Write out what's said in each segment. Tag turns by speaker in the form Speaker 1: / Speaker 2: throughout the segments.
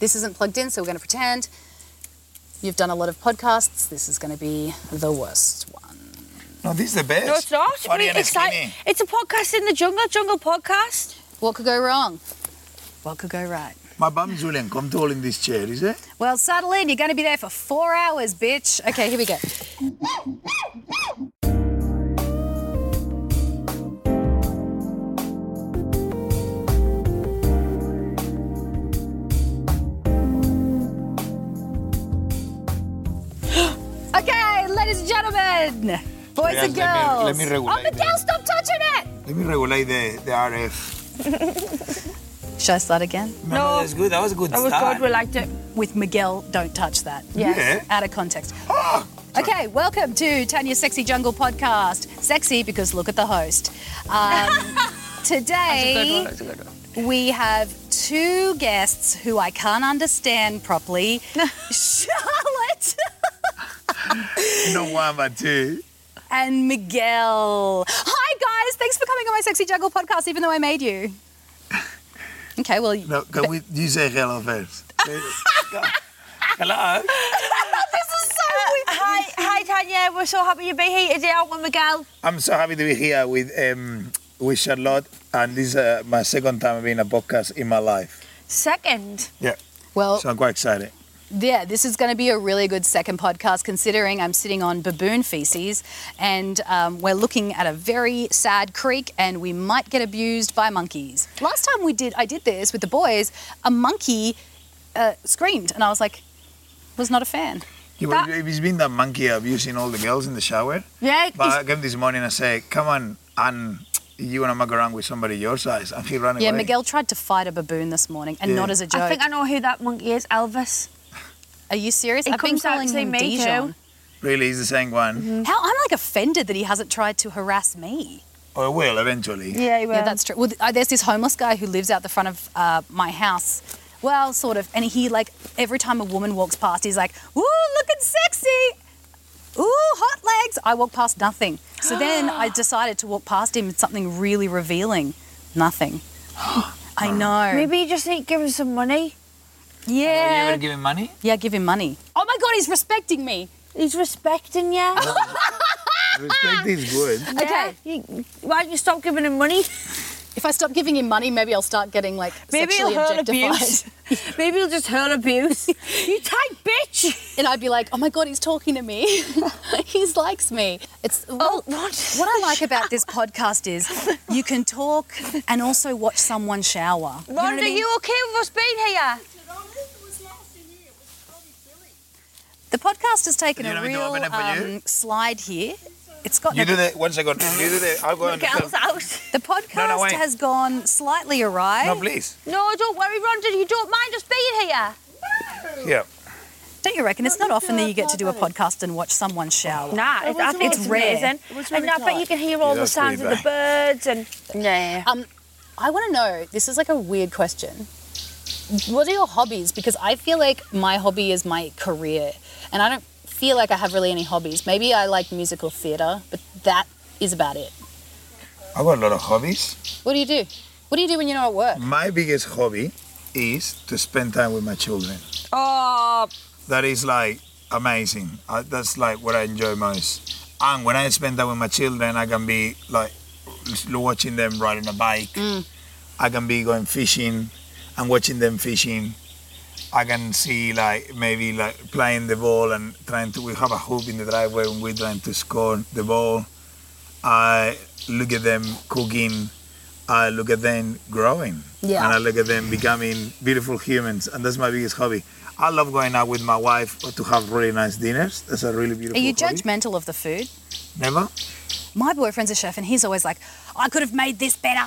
Speaker 1: This isn't plugged in, so we're going to pretend you've done a lot of podcasts. This is going to be the worst one.
Speaker 2: No, this is the best.
Speaker 3: No, it's not.
Speaker 2: Funny
Speaker 3: We-
Speaker 2: and
Speaker 3: it's, like-
Speaker 2: skinny.
Speaker 3: it's a podcast in the jungle, jungle podcast.
Speaker 1: What could go wrong? What could go right?
Speaker 2: My bum, Julian, come tall in eh? this chair, is it?
Speaker 1: Well, saddle in. You're going to be there for four hours, bitch. Okay, here we go. okay, ladies and gentlemen, boys and
Speaker 2: Let me-
Speaker 1: girls.
Speaker 2: let me regulate
Speaker 1: Up and down, stop touching it.
Speaker 2: Let me regulate the, the RF.
Speaker 1: Should I start again?
Speaker 2: No, that's good. That was a good
Speaker 3: That
Speaker 1: Oh,
Speaker 3: was
Speaker 2: start.
Speaker 3: good. We liked it.
Speaker 1: With Miguel, don't touch that.
Speaker 2: Yes.
Speaker 1: Out of context.
Speaker 2: Ah!
Speaker 1: Okay, welcome to Tanya's Sexy Jungle podcast. Sexy because look at the host. Um, today
Speaker 3: That's a good one.
Speaker 1: we have two guests who I can't understand properly. Charlotte
Speaker 2: Not one, but two.
Speaker 1: and Miguel. Hi guys, thanks for coming on my Sexy Jungle podcast, even though I made you. Okay, well,
Speaker 2: No, can we, you say hello first? hello?
Speaker 1: this is so weird.
Speaker 3: Hi, hi, Tanya. We're so happy you'd be here today, aren't we, Miguel?
Speaker 2: I'm so happy to be here with um, with Charlotte, and this is uh, my second time being a podcast in my life.
Speaker 3: Second.
Speaker 2: Yeah,
Speaker 1: Well,
Speaker 2: so I'm quite excited.
Speaker 1: Yeah, this is going to be a really good second podcast considering I'm sitting on baboon feces and um, we're looking at a very sad creek and we might get abused by monkeys. Last time we did, I did this with the boys, a monkey uh, screamed and I was like, was not a fan.
Speaker 2: Yeah, but it's been that monkey abusing all the girls in the shower.
Speaker 3: Yeah.
Speaker 2: But I came this morning and I said, come on, and you want to muck around with somebody your size, and he ran
Speaker 1: Yeah,
Speaker 2: away.
Speaker 1: Miguel tried to fight a baboon this morning and
Speaker 2: Yeah.
Speaker 1: not as a joke.
Speaker 3: I think I know who that monkey is, Elvis.
Speaker 1: Are you serious?
Speaker 3: He
Speaker 1: I've been
Speaker 3: comes out
Speaker 1: calling
Speaker 3: to see
Speaker 1: him
Speaker 3: me too.
Speaker 1: Dijon.
Speaker 2: Really, it's the same one.
Speaker 1: How I'm like offended that he hasn't tried to harass me.
Speaker 2: Or will eventually.
Speaker 3: Yeah, he
Speaker 1: Yeah, that's true. Well, th- uh, there's this homeless guy who lives out the front of uh, my house. Well, sort of. And he, like, every time a woman walks past, he's like, ooh, looking sexy. Ooh, hot legs. I walk past nothing. So then I decided to walk past him with something really revealing. Nothing. I know.
Speaker 3: Maybe you just need to give him some money.
Speaker 2: You ever
Speaker 1: Yeah.
Speaker 2: give him money?
Speaker 1: Yeah, give him money. Oh my God, he's respecting me.
Speaker 3: He's respecting you.
Speaker 1: Oh.
Speaker 2: Respect is good.
Speaker 1: Okay.
Speaker 3: You- why don't you stop giving him money?
Speaker 1: If I stop giving him money, maybe I'll start getting, like,
Speaker 3: Maybe he'll
Speaker 1: sexually
Speaker 3: hurl
Speaker 1: objectified.
Speaker 3: abuse. Maybe he'll just hurl abuse. you tight bitch.
Speaker 1: and I'd be like, "Oh my god, he's talking to me. he likes me." It's well,
Speaker 3: what?
Speaker 1: what I like about this podcast is you can talk and also watch someone shower. You know what I
Speaker 3: Rhonda,
Speaker 1: mean?
Speaker 3: you okay with us being here?
Speaker 1: the podcast has taken
Speaker 2: You
Speaker 1: a
Speaker 2: want me to
Speaker 1: real
Speaker 2: open it for you?
Speaker 1: um, slide here. It's got
Speaker 2: You do the one second. You do the. I'll go and
Speaker 3: Miguel's out.
Speaker 1: the podcast
Speaker 2: No, no, wait.
Speaker 1: has gone slightly awry.
Speaker 2: No, please.
Speaker 3: No, don't worry, Rhonda. You don't mind us being here.
Speaker 2: Yeah.
Speaker 1: Don't you reckon? It's not often that you get to do a podcast and watch someone shower.
Speaker 3: Nah, it's, I think
Speaker 1: it's
Speaker 3: it's,
Speaker 1: rare.
Speaker 3: amazing. and I bet you can hear all
Speaker 2: Yeah,
Speaker 3: the
Speaker 2: that's
Speaker 3: sounds of
Speaker 2: pretty
Speaker 3: the birds and. Yeah.
Speaker 1: Um, I want to know. This is like a weird question. What are your hobbies? Because I feel like my hobby is my career, and I don't feel like I have really any hobbies. Maybe I like musical theatre, but that is about it.
Speaker 2: I've got a lot of hobbies.
Speaker 1: What do you do? What do you do when you're not at work?
Speaker 2: My biggest hobby is to spend time with my children.
Speaker 3: Oh,
Speaker 2: That is like amazing. I, that's like what I enjoy most. And when I spend time with my children, I can be like l- watching them riding a bike. I can be going fishing and watching them fishing. I can see like maybe like playing the ball and trying to. We have a hoop in the driveway and we're trying to score the ball. I look at them cooking. I look at them growing.
Speaker 1: Yeah.
Speaker 2: And I look at them becoming beautiful humans. And that's my biggest hobby. I love going out with my wife to have really nice dinners. That's a really
Speaker 1: Are
Speaker 2: beautiful.
Speaker 1: you
Speaker 2: hobby.
Speaker 1: judgmental of the food?
Speaker 2: Never.
Speaker 1: My boyfriend's a chef, and he's always like, "I could have made this better."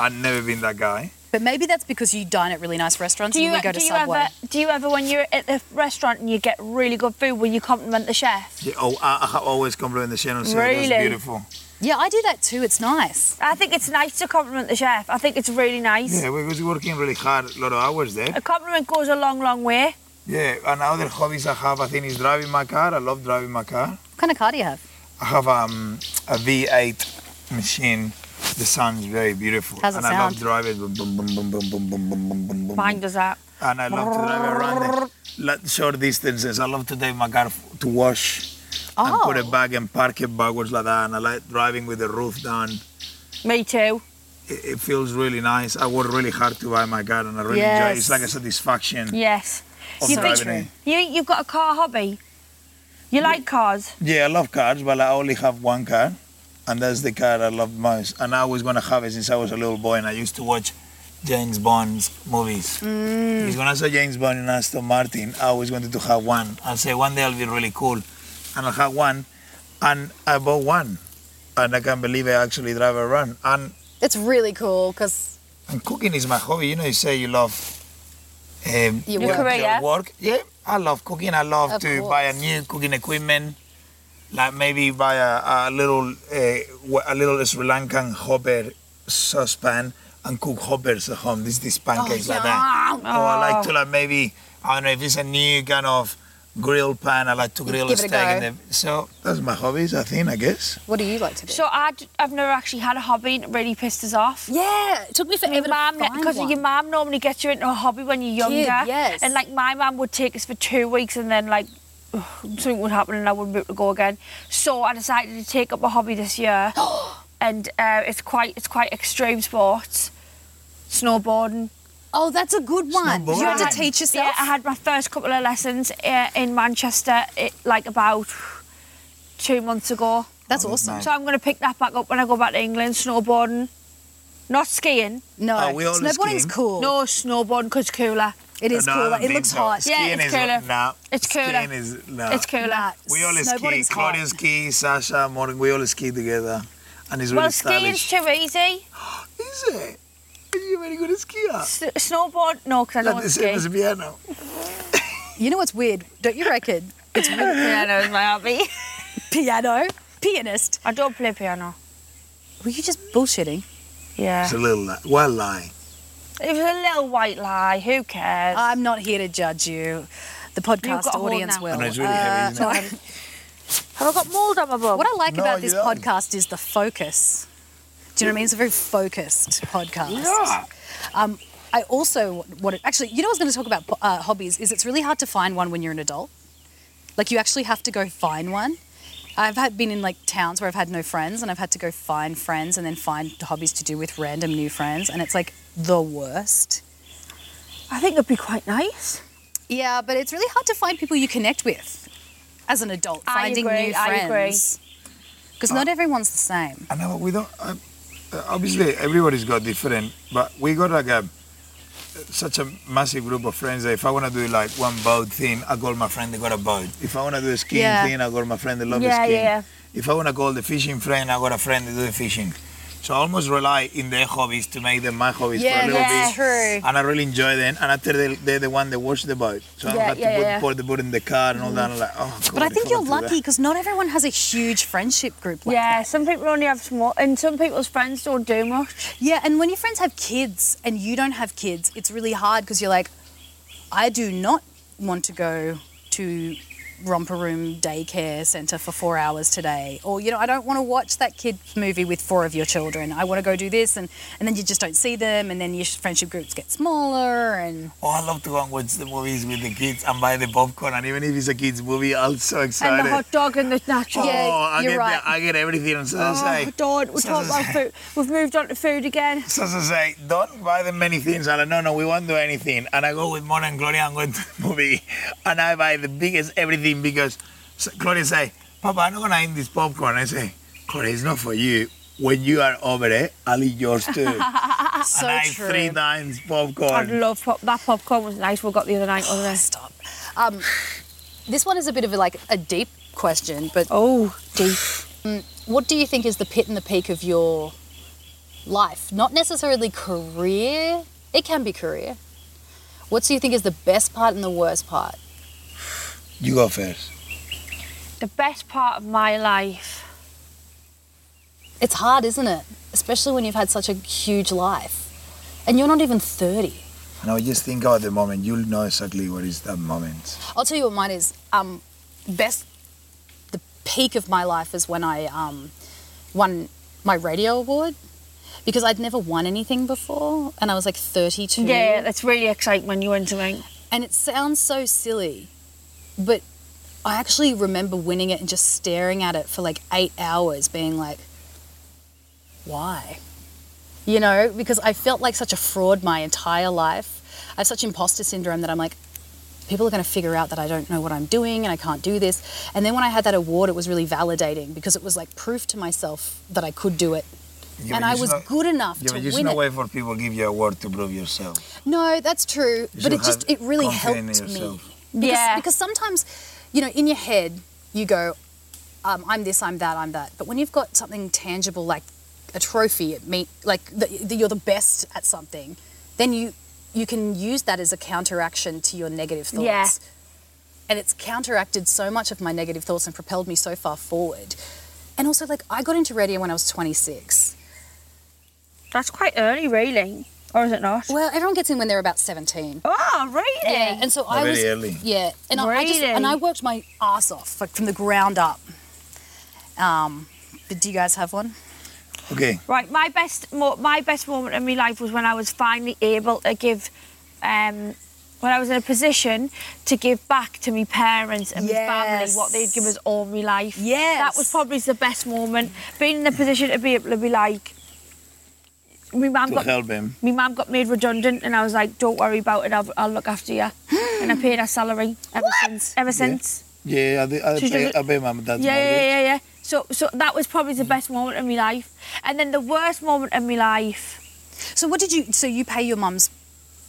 Speaker 2: I've never been that guy.
Speaker 1: But maybe that's because you dine at really nice restaurants
Speaker 3: Do you, e-
Speaker 1: and we go to
Speaker 3: do you
Speaker 1: Subway.
Speaker 3: ever do you ever when you're at the restaurant and you get really good food will you compliment the chef?
Speaker 2: Yeah, oh, I, I always compliment the channel. So
Speaker 3: Really?
Speaker 2: That's beautiful.
Speaker 1: Yeah, I do that too. It's nice.
Speaker 3: I think it's nice to compliment the chef. I think it's really nice.
Speaker 2: Yeah, we was working really hard, a lot of hours there.
Speaker 3: A compliment goes a long, long way.
Speaker 2: Yeah, and other hobbies I have, I think, is driving my car. I love driving my car.
Speaker 1: What kind of car do you have?
Speaker 2: I have um, a V8 machine. The sound's very beautiful.
Speaker 1: How's it
Speaker 2: and I love
Speaker 1: sound?
Speaker 2: driving. Boom, boom, boom, boom, boom, boom, boom, boom, boom, boom, boom.
Speaker 3: Mine does that.
Speaker 2: And I love to drive around the like, short distances. I love to take my car f- to wash and
Speaker 1: Oh,
Speaker 2: put
Speaker 3: Oh.
Speaker 2: it back and park it backwards like that. And I like driving with the roof down.
Speaker 3: Me too.
Speaker 2: It, it feels really nice. I work really hard to buy my car and I really enjoy it. It's
Speaker 1: Yes.
Speaker 2: like a satisfaction
Speaker 3: Yes.
Speaker 2: of
Speaker 3: You think-
Speaker 2: driving it.
Speaker 3: You you've got a car hobby. You like cars.
Speaker 2: Yeah, I love cars, but I only have one car, and that's the car I love most. And I was gonna have it since I was a little boy, and I used to watch James Bond's movies.
Speaker 3: Mm.
Speaker 2: Because when I saw James Bond and Aston Martin, I always wanted to have one. I say one day I'll be really cool, and I'll have one. And I bought one, and I can't believe I actually drive around. And
Speaker 1: It's really cool because
Speaker 2: and cooking is my hobby. You know, you say you love um,
Speaker 1: Your
Speaker 3: work. career.
Speaker 2: work. Yeah, I love cooking. I love
Speaker 1: Of
Speaker 2: to buy a
Speaker 1: course.
Speaker 2: new cooking equipment, like maybe buy a, a little uh, wa- a little Sri Lankan hopper saucepan and cook hoppers at home. This these pancakes like that.
Speaker 1: Oh,
Speaker 2: Or I like to like maybe I don't know if it's a new kind of grill pan. I like to grill
Speaker 1: Give
Speaker 2: a
Speaker 1: it a
Speaker 2: steak. and the, so that's my hobbies. I think I guess.
Speaker 1: what do you like to do?
Speaker 3: So I have never actually had a hobby and it really pissed us off.
Speaker 1: Yeah, it took me forever
Speaker 3: Your mum,
Speaker 1: to find
Speaker 3: because
Speaker 1: one.
Speaker 3: your mum normally gets you into a hobby when you're
Speaker 1: Kid,
Speaker 3: younger.
Speaker 1: yes.
Speaker 3: And like my mum would take us for two weeks, and then like something would happen, and I wouldn't be able to go again. So I decided to take up a hobby this year, and uh, it's quite it's quite extreme sports, snowboarding.
Speaker 1: oh, that's a good one.
Speaker 2: Snowboard.
Speaker 1: You had
Speaker 3: I
Speaker 1: to teach yourself.
Speaker 3: Yeah, I had my first couple of lessons uh, in Manchester, it, like about two months ago.
Speaker 1: that's
Speaker 2: Mm.
Speaker 1: awesome.
Speaker 3: So I'm going to pick that back up when I go back to England. Snowboarding, not skiing.
Speaker 1: No,
Speaker 2: Are Oh, we all
Speaker 1: snowboarding's cool.
Speaker 2: skiing?
Speaker 3: No snowboarding 'cause cooler.
Speaker 1: it is
Speaker 2: No, I
Speaker 1: cool.
Speaker 2: don't
Speaker 1: It
Speaker 2: think
Speaker 1: looks
Speaker 2: so.
Speaker 1: hot.
Speaker 3: Yeah,
Speaker 2: Skiing
Speaker 3: it's
Speaker 2: is
Speaker 3: cooler.
Speaker 2: nah.
Speaker 3: It's cooler.
Speaker 2: Skiing is nah.
Speaker 3: It's cooler.
Speaker 1: Nah,
Speaker 2: We all ski.
Speaker 1: snowboarding's hot.
Speaker 2: Claudia ski, Sasha, Morgan, we all ski together. And it's really
Speaker 3: Well,
Speaker 2: stylish.
Speaker 3: skiing's too easy.
Speaker 2: Is it? Are you very good skier?
Speaker 3: S- snowboard, no, because I
Speaker 2: Not
Speaker 3: don't
Speaker 2: the same
Speaker 3: ski.
Speaker 2: as piano.
Speaker 1: You know what's weird? Don't you reckon? It's weird.
Speaker 3: piano is my hobby.
Speaker 1: piano, pianist.
Speaker 3: I don't play piano.
Speaker 1: Were you just bullshitting?
Speaker 3: Yeah.
Speaker 2: It's a little lie. Well, lie.
Speaker 3: It was a little white lie. Who cares?
Speaker 1: I'm not here to judge you. The podcast
Speaker 3: got a hole
Speaker 1: audience
Speaker 3: now.
Speaker 1: will.
Speaker 2: I know it's really heavy, isn't it?
Speaker 3: Have I got mould on my bum?
Speaker 1: What I like
Speaker 2: No,
Speaker 1: about
Speaker 2: you
Speaker 1: this
Speaker 2: don't.
Speaker 1: podcast is the focus. Do you know what I mean? It's a very focused podcast.
Speaker 2: Yeah.
Speaker 1: Um, I also what actually, you know, what I was going to talk about uh, hobbies. Is it's really hard to find one when you're an adult. Like you actually have to go find one. I've had been in like towns where I've had no friends, and I've had to go find friends and then find hobbies to do with random new friends, and it's like the worst.
Speaker 3: I think it'd be quite nice.
Speaker 1: Yeah, but it's really hard to find people you connect with as an adult.
Speaker 3: I
Speaker 1: Finding
Speaker 3: agree,
Speaker 1: new
Speaker 3: I agree.
Speaker 1: friends. Because not everyone's the same.
Speaker 2: I know we don't. I, uh, obviously, everybody's got different, but we got like a such a massive group of friends that if I want to do like one boat thing, I call my friend. They got a boat. If I want to do a skiing
Speaker 1: Yeah.
Speaker 2: thing, I call my friend. They love
Speaker 3: Yeah,
Speaker 2: skiing.
Speaker 3: yeah.
Speaker 2: If I want to call the fishing friend, I got a friend. They do the fishing. So I almost rely in their hobbies to make them my hobbies for a little bit.
Speaker 3: true.
Speaker 2: and I really enjoy them. And after they, they're the one that wash the boat, so I
Speaker 3: Yeah,
Speaker 2: don't have
Speaker 3: yeah,
Speaker 2: to put,
Speaker 3: yeah.
Speaker 2: pour the boat in the car and all that. I'm like, oh, God,
Speaker 1: But I
Speaker 2: if
Speaker 1: think you're
Speaker 2: wanna do
Speaker 1: lucky because not everyone has a huge friendship group like
Speaker 3: Yeah,
Speaker 1: that.
Speaker 3: some people only have small, and some people's friends don't do much.
Speaker 1: Yeah, and when your friends have kids and you don't have kids, it's really hard because you're like, I do not want to go to romper room daycare center for four hours today or you know i don't want to watch that kid movie with four of your children i want to go do this and and then you just don't see them and then your friendship groups get smaller and
Speaker 2: that. Oh, I love to go and watch the movies with the kids and buy the popcorn. And even if it's a kids movie, I'm so excited.
Speaker 3: And the hot dog and the nachos.
Speaker 2: oh,
Speaker 1: Yeah,
Speaker 2: I
Speaker 1: you're
Speaker 2: get
Speaker 1: right.
Speaker 2: the, I get everything. And so I
Speaker 3: Oh,
Speaker 2: say,
Speaker 3: don't. We're talking about food. We've moved on to food again.
Speaker 2: so I say, don't buy them many things. I'm like, no, no, we won't do anything. And I go with Mona and Gloria and go to the movie, and I buy the biggest everything because so Gloria say, Papa, I'm not gonna eat this popcorn. I say, Gloria, it's not for you. When you are over it, I'll eat yours too.
Speaker 1: so
Speaker 2: and I ate
Speaker 1: true
Speaker 2: three times
Speaker 3: I
Speaker 2: popcorn.
Speaker 3: love pop. That popcorn was nice. We got the other night, wasn't it?
Speaker 1: Stop. Um, this one is a bit of a, like a deep question, but
Speaker 3: Oh, deep.
Speaker 1: what do you think is the pit and the peak of your life, not necessarily career. It can be career. What do you think is the best part and the worst part?
Speaker 2: You go first.
Speaker 3: The best part of my life.
Speaker 1: It's hard, isn't it? Especially when you've had such a huge life. And you're not even 30.
Speaker 2: No, just think about the moment. You'll know exactly what is that moment.
Speaker 1: I'll tell you what mine is. Um, best, the peak of my life is when I um, won my radio award because I'd never won anything before, and I was like 32.
Speaker 3: Yeah, that's really exciting when you win something.
Speaker 1: And it sounds so silly, but I actually remember winning it and just staring at it for like eight hours, being like, why? You know, because I felt like such a fraud my entire life. I have such imposter syndrome that I'm like, people are going to figure out that I don't know what I'm doing and I can't do this. And then when I had that award, it was really validating because it was like proof to myself that I could do it.
Speaker 2: Yeah,
Speaker 1: and
Speaker 2: but
Speaker 1: I
Speaker 2: you
Speaker 1: was
Speaker 2: should not-
Speaker 1: good enough
Speaker 2: Yeah,
Speaker 1: to
Speaker 2: but you
Speaker 1: win
Speaker 2: should
Speaker 1: it.
Speaker 2: not wait for people to give you a word to prove yourself.
Speaker 1: No, that's true.
Speaker 2: You
Speaker 1: but
Speaker 2: should
Speaker 1: it just
Speaker 2: have
Speaker 1: it really
Speaker 2: confidence
Speaker 1: helped me.
Speaker 2: in yourself.
Speaker 1: Because,
Speaker 3: Yeah.
Speaker 1: Because sometimes, you know, in your head you go, um, I'm this, I'm that, I'm that. But when you've got something tangible like a trophy, it mean like the, the, you're the best at something, then you you can use that as a counteraction to your negative thoughts.
Speaker 3: Yeah.
Speaker 1: And it's counteracted so much of my negative thoughts and propelled me so far forward. And also, like, I got into radio when I was 26.
Speaker 3: That's quite early, really. Or is it not?
Speaker 1: Well, everyone gets in when they're about 17.
Speaker 3: Oh, really?
Speaker 1: Yeah, and so I
Speaker 2: very
Speaker 1: was
Speaker 2: early.
Speaker 1: yeah, and I, I just
Speaker 3: Really?
Speaker 1: and I worked my ass off like from the ground up. Um, but do you guys have one?
Speaker 2: Okay.
Speaker 3: Right, my best mo- my best moment in my life was when I was finally able to give, um, when I was in a position to give back to my parents and my family
Speaker 1: Yes.
Speaker 3: what they'd given us all my life.
Speaker 1: Yes.
Speaker 3: that was probably the best moment. Being in the position to be able to be like, my mum
Speaker 2: To
Speaker 3: got
Speaker 2: help him.
Speaker 3: my mum got made redundant, and I was like, "Don't worry about it. I'll, I'll look after you." and I paid her salary ever since. Ever since.
Speaker 2: Yeah, I, did- I,
Speaker 3: She
Speaker 2: pay,
Speaker 3: doesn't-
Speaker 2: I pay my dad's
Speaker 3: Yeah,
Speaker 2: mortgage.
Speaker 3: yeah, yeah, yeah. So, so that was probably the best moment of my life, and then the worst moment of my life.
Speaker 1: So what did you? So you pay your mum's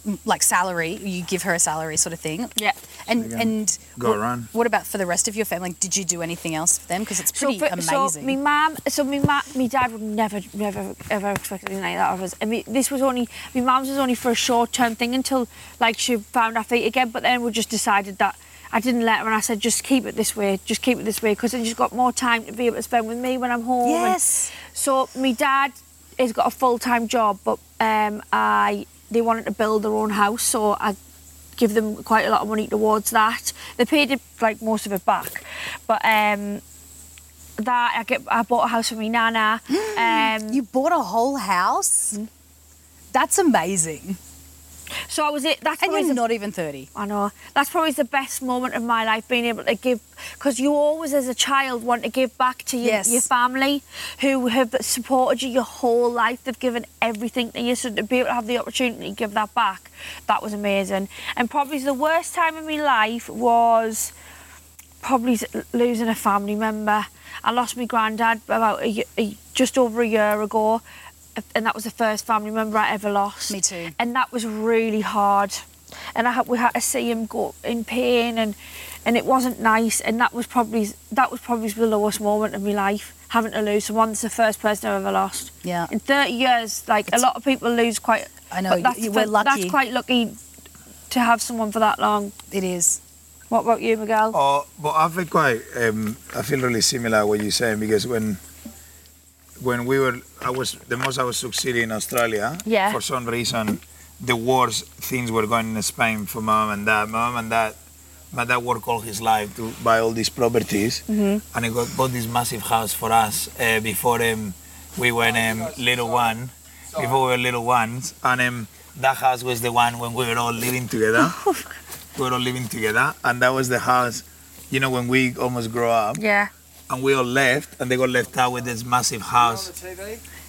Speaker 1: mm, like salary? You give her a salary, sort of thing.
Speaker 3: Yeah.
Speaker 1: And and
Speaker 2: Go
Speaker 1: what,
Speaker 2: around.
Speaker 1: What about for the rest of your family? Like, did you do anything else for them? Because it's
Speaker 3: So,
Speaker 1: pretty
Speaker 3: for-
Speaker 1: amazing.
Speaker 3: so my mum, so my ma, my dad would never, never, ever expect anything like that of us. And me, this was only my mum's was only for a short term thing until like she found her feet again. But then we just decided that I didn't let her, and I said just keep it this way, just keep it this way, because I just got more time to be able to spend with me when I'm home. and-
Speaker 1: yes.
Speaker 3: So my dad has got a full time job, but um, I they wanted to build their own house, so I give them quite a lot of money towards that. They paid it, like most of it back, but um, that I get I bought a house for my nana. um,
Speaker 1: You bought a whole house.
Speaker 3: Mm-hmm.
Speaker 1: That's amazing.
Speaker 3: so I was it. That's
Speaker 1: And
Speaker 3: probably
Speaker 1: you're
Speaker 3: the-
Speaker 1: not even thirty.
Speaker 3: I know. That's probably the best moment of my life, being able to give, because you always, as a child, want to give back to your,
Speaker 1: Yes.
Speaker 3: your family who have supported you your whole life. They've given everything to you. So to be able to have the opportunity to give that back, that was amazing. And probably the worst time of my life was probably losing a family member. I lost my granddad about a, ye- a, just over a year ago, and that was the first family member I ever lost.
Speaker 1: Me too.
Speaker 3: And that was really hard. And I had, we had to see him go in pain, and and it wasn't nice. And that was probably that was probably the lowest moment of my life, having to lose someone. That's the first person I ever lost.
Speaker 1: Yeah.
Speaker 3: In 30 years, like a lot of people lose quite.
Speaker 1: I know,
Speaker 3: but
Speaker 1: you-
Speaker 3: that's,
Speaker 1: you-
Speaker 3: the-
Speaker 1: we're lucky.
Speaker 3: That's quite lucky to have someone for that long.
Speaker 1: It is.
Speaker 3: What about you, Miguel?
Speaker 2: Oh, but I feel quite. Um, I feel really similar what you're saying because when when we were, I was the most I was succeeding in Australia.
Speaker 3: Yeah.
Speaker 2: For some reason, the worst things were going in Spain for mom and dad. Mom and dad. My dad worked all his life to buy all these properties, and he got, bought this massive house for us uh, before um, we were um, little one, before we were little ones, and um, that house was the one when we were all living together. we were all living together, and that was the house. You know, when we almost grow up,
Speaker 3: yeah.
Speaker 2: and we all left, and they got left out with this massive house.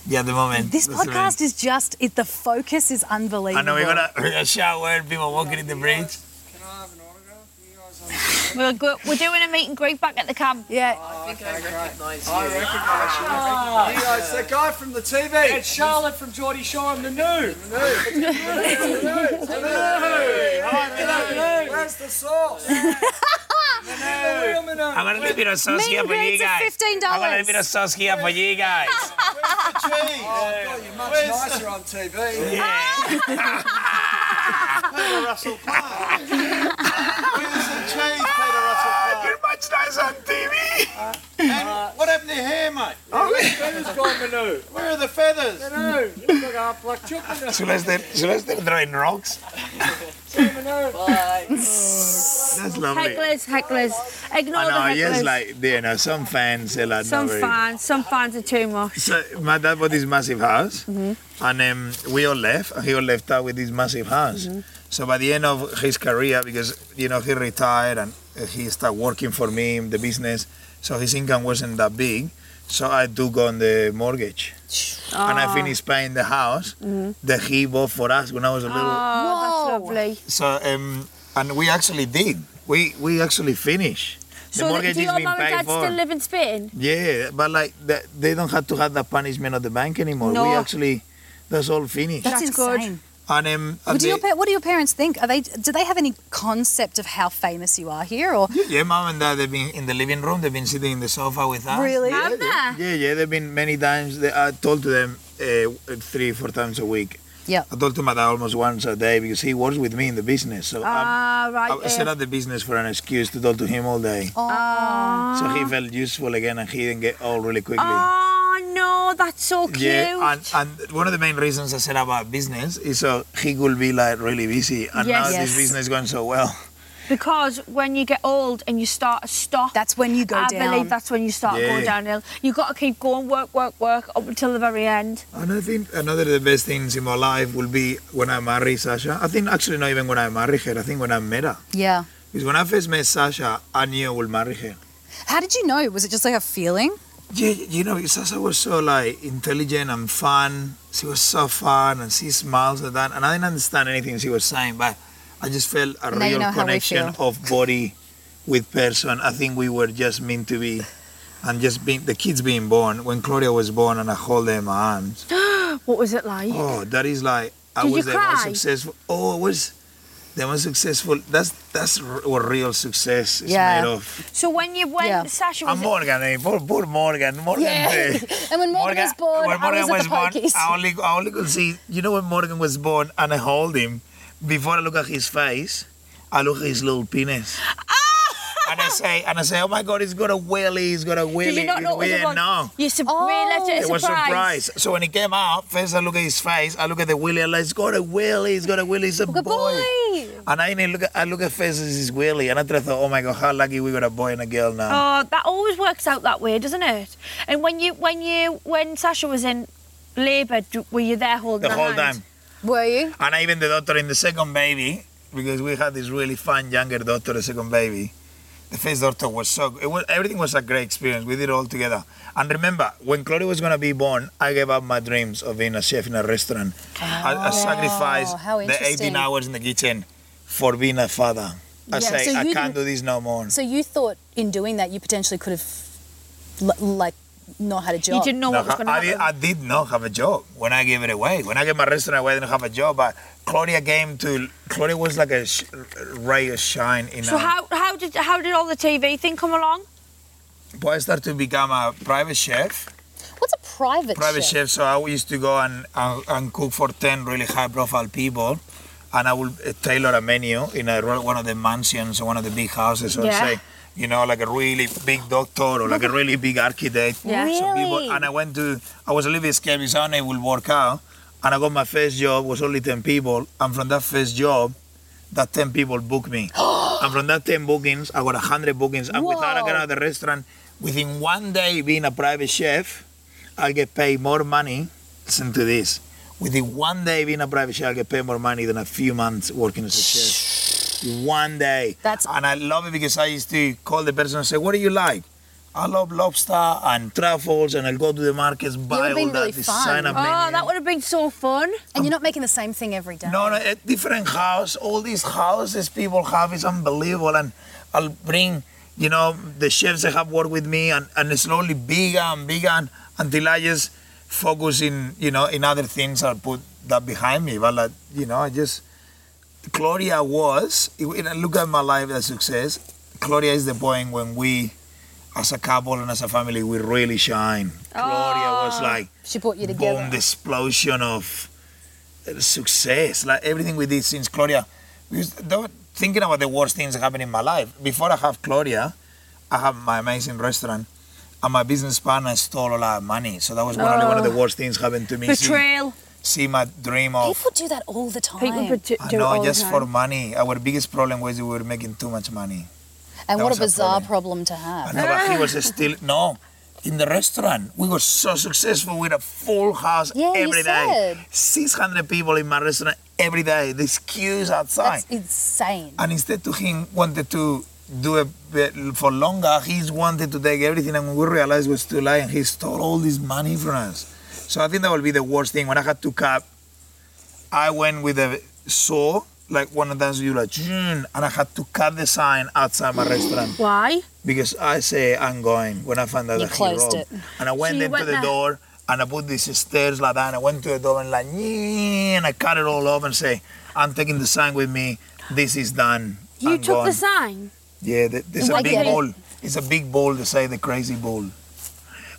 Speaker 2: Yeah, at the moment.
Speaker 1: This
Speaker 2: That's right.
Speaker 1: podcast is just it. The focus is unbelievable.
Speaker 2: I know we got a, we got a shower, people walking in the bridge.
Speaker 3: We're, go- we're doing a meet and greet back at the camp.
Speaker 1: Yeah,
Speaker 2: Oh,
Speaker 4: Yeah, it's the guy from the TV. It's Charlotte from Geordie Shore. I'm the new. Where's the sauce? The new. no.
Speaker 2: I'm gonna leave it on sauce
Speaker 1: Mean
Speaker 2: here for you
Speaker 1: grades are
Speaker 2: guys. I'm gonna
Speaker 1: $15.
Speaker 2: leave it on sauce here for you guys.
Speaker 4: Where's the cheese? Oh, God, you're much nicer on TV. Peter Russell Clark. Where's the cheese, Peter Russell Clark?
Speaker 2: You're much nicer on TV.
Speaker 4: And what happened to your hair, mate?
Speaker 5: Who's gone Manu?
Speaker 4: Where are the feathers?
Speaker 5: Manu, you look half like Chuck Manu.
Speaker 2: Should I still, should I still throwing rocks?
Speaker 5: Manu.
Speaker 2: That's lovely.
Speaker 6: Hecklers, hecklers. Ignore
Speaker 2: I know,
Speaker 6: the hecklers.
Speaker 2: yes, like, you know, some fans, they like,
Speaker 3: Some
Speaker 2: not very-
Speaker 3: fans, some fans are too much.
Speaker 2: So my dad bought this massive house,
Speaker 3: Mm-hmm.
Speaker 2: and um, we all left, and he all left out with this massive house.
Speaker 3: Mm-hmm.
Speaker 2: So by the end of his career, because you know he retired and uh, he started working for me in the business, so his income wasn't that big. So I took on the mortgage, and
Speaker 3: Ah.
Speaker 2: I finished paying the house
Speaker 3: Mm-hmm.
Speaker 2: that he bought for us when I was a little.
Speaker 3: Oh, that's lovely.
Speaker 2: So um, and we actually did. We we actually finished. The
Speaker 3: so,
Speaker 2: mortgage
Speaker 3: do
Speaker 2: is
Speaker 3: your
Speaker 2: being
Speaker 3: mum and
Speaker 2: paid
Speaker 3: dad
Speaker 2: for.
Speaker 3: still live in Spain?
Speaker 2: Yeah, but like th they don't have to have that punishment of the bank anymore. We
Speaker 3: No.
Speaker 2: actually, that's all finished.
Speaker 1: That's, insane.
Speaker 2: And um,
Speaker 1: Well,
Speaker 2: and
Speaker 1: do your,
Speaker 2: they-
Speaker 1: pa- what do your parents think? Are they? Do they have any concept of how famous you are here? Or
Speaker 2: yeah, mom and dad, they've been in the living room. They've been sitting in the sofa with us.
Speaker 1: Really?
Speaker 2: Yeah,
Speaker 1: Have
Speaker 2: yeah, yeah, yeah, They've been many times. They, I told to them uh, three, four times a week.
Speaker 1: yeah,
Speaker 2: I told to my dad almost once a day because he works with me in the business. So I'm-
Speaker 3: Ah, right.
Speaker 2: I set up the business for an excuse to talk to him all day. So he felt useful again, and he didn't get old really quickly.
Speaker 3: Oh no, that's so cute.
Speaker 2: Yeah, and, and one of the main reasons I set up our business is so he could be like really busy, and now
Speaker 3: Yes.
Speaker 2: this
Speaker 1: Yes.
Speaker 2: business is going so well.
Speaker 3: because when you get old and you start to stop,
Speaker 1: that's when you go
Speaker 3: I
Speaker 1: down.
Speaker 3: believe that's when you start
Speaker 2: Yeah.
Speaker 3: going downhill. You've got to keep going, work, work, work up until the very end.
Speaker 2: And I think another of the best things in my life will be when I marry Sasha. I think actually not even when I marry her. I think when I met her.
Speaker 1: yeah.
Speaker 2: Because when I first met Sasha, I knew I would marry her.
Speaker 1: How did you know? Was it just like a feeling?
Speaker 2: Yeah, you know, Sasha was so like intelligent and fun. She was so fun, and she smiles and that. And I didn't understand anything she was saying, but I just felt a
Speaker 1: Now you
Speaker 2: real
Speaker 1: know how we
Speaker 2: connection of body with person. I think we were just meant to be, and just being the kids being born. When Claudia was born, and I hold her in my arms.
Speaker 3: What was it like?
Speaker 2: Oh, that is like I
Speaker 3: Did you
Speaker 2: was the most
Speaker 3: cry?
Speaker 2: successful. Oh, I was the most successful. That's that's r- what real success is
Speaker 1: Yeah.
Speaker 2: made of.
Speaker 3: So when you went,
Speaker 1: Yeah.
Speaker 3: Sasha
Speaker 2: And
Speaker 3: was.
Speaker 2: Morgan, eh? poor, poor Morgan. Morgan. eh,
Speaker 1: and when Morgan, was born,
Speaker 2: when
Speaker 1: I was at the
Speaker 2: born,
Speaker 1: pokies.
Speaker 2: I only, I only could see, you know, when Morgan was born and I hold him, before I look at his face, I look at his little penis. and I say, and I say, oh my God, he's got a willy, he's got a willy.
Speaker 3: Did you not
Speaker 2: he's
Speaker 3: know what was
Speaker 2: weird."
Speaker 3: it was?
Speaker 2: No.
Speaker 3: You sur-
Speaker 1: Oh.
Speaker 3: realised it,
Speaker 2: It was surprise. So when he came out, first I look at his face, I look at the willy, I'm like, he's got a willy, he's got a willy, he's a
Speaker 1: Good boy.
Speaker 2: And I didn't look at, I look at faces, he's willy. And I thought, oh my God, how lucky we got a boy and a girl now.
Speaker 3: Oh, that always works out that way, doesn't it? And when you, when you, when Sasha was in labour, d- were you there holding
Speaker 2: the
Speaker 3: her
Speaker 2: whole
Speaker 3: hand?
Speaker 2: time.
Speaker 1: Were you?
Speaker 2: And even the daughter in the second baby, because we had this really fun younger daughter, the second baby. The first daughter was so good. It was, everything was a great experience. We did it all together. And remember, when Chloe was going to be born, I gave up my dreams of being a chef in a restaurant. I, I sacrificed
Speaker 1: how
Speaker 2: the 18
Speaker 1: interesting.
Speaker 2: hours in the kitchen for being a father. I
Speaker 1: Yeah,
Speaker 2: say,
Speaker 1: so
Speaker 2: I
Speaker 1: you
Speaker 2: can't do this no more.
Speaker 1: So you thought in doing that you potentially could have, l- like, not had a job.
Speaker 3: You didn't know
Speaker 2: No,
Speaker 3: what was going to
Speaker 2: I, did,
Speaker 3: happen.
Speaker 2: I did not have a job when I gave it away. When I gave my restaurant away, I didn't have a job. But Claudia came to, Claudia was like a sh- ray of shine in
Speaker 3: so
Speaker 2: a-
Speaker 3: how, how did how did all the TV thing come along?
Speaker 2: But I started to become a private chef.
Speaker 1: What's a private?
Speaker 2: Private
Speaker 1: chef?
Speaker 2: chef, so I used to go and, and, and cook for 10 really high profile people. And I would uh, tailor a menu in a, ro- one of the mansions, one of the big houses, or
Speaker 3: Yeah.
Speaker 2: say, you know, like a really big doctor or like a really big architect.
Speaker 3: Yeah.
Speaker 2: So people, and I went to, I was a little bit scared because I don't know it would work out. And I got my first job, was only 10 people. And from that first job, that 10 people booked me. and from that 10 bookings, I got 100 bookings. And without I got out of the restaurant, within one day being a private chef, I get paid more money. Listen to this. Within one day being a private chef, I get paid more money than a few months working as a chef. One day.
Speaker 1: That's-
Speaker 2: and I love it because I used to call the person and say, What do you like? I love lobster and truffles, and I'll go to the markets, buy all
Speaker 1: been
Speaker 2: that,
Speaker 1: really
Speaker 2: design
Speaker 1: fun.
Speaker 2: a menu.
Speaker 3: Oh, that would have been so fun.
Speaker 1: And you're not making the same thing every day.
Speaker 2: No, no, a different house. All these houses people have is unbelievable. And I'll bring, you know, the chefs that have worked with me and, and it's slowly bigger and bigger and, until I just focus in, you know, in other things. I'll put that behind me. But, like, you know, I just, Claudia was, and look at my life as success. Claudia is the point when we, as a couple and as a family, we really shine. Claudia was like
Speaker 1: She brought you together.
Speaker 2: bomb explosion of uh, success. Like everything we did since Claudia. Because they were thinking about the worst things that happened in my life. Before I have Claudia, I have my amazing restaurant. And my business partner stole all our money. So that was one, of one of the worst things happened to me. See-
Speaker 3: Betrayal.
Speaker 2: see my dream of
Speaker 1: People do that all the time.
Speaker 6: People put- do
Speaker 2: I
Speaker 6: it all
Speaker 2: know,
Speaker 6: the
Speaker 2: just
Speaker 6: time.
Speaker 2: for money. Our biggest problem was we were making too much money.
Speaker 1: and
Speaker 2: that
Speaker 1: what
Speaker 2: was
Speaker 1: a
Speaker 2: a
Speaker 1: bizarre problem
Speaker 2: problem.
Speaker 1: to
Speaker 2: I
Speaker 1: have.
Speaker 2: know, but he was still no. In the restaurant, we were so successful. We had a full house
Speaker 1: Yeah, you
Speaker 2: every day.
Speaker 1: said.
Speaker 2: Six hundred people in my restaurant every day. These queues outside.
Speaker 1: That's insane.
Speaker 2: and instead to him wanted to do it for longer. He's wanted to take everything, and we realized it was too late. And he stole all this money from us. So I think that will be the worst thing. When I had to cut, I went with a saw, like one of those you like, "Zhun," and I had to cut the sign outside my restaurant
Speaker 6: Why?
Speaker 2: because I say I'm going when I found out
Speaker 1: You
Speaker 2: that
Speaker 1: closed
Speaker 2: he robbed.
Speaker 1: it.
Speaker 2: And I went
Speaker 6: you
Speaker 2: into
Speaker 6: went
Speaker 2: the
Speaker 6: there.
Speaker 2: door and I put these stairs like that and I went to the door and like "Nyeh," and I cut it all off and say, I'm taking the sign with me. This is done.
Speaker 6: You
Speaker 2: I'm
Speaker 6: took
Speaker 2: gone.
Speaker 6: the sign.
Speaker 2: Yeah, th- there's a
Speaker 1: Like
Speaker 2: big
Speaker 1: the-
Speaker 2: ball. It's a big ball to say the crazy ball.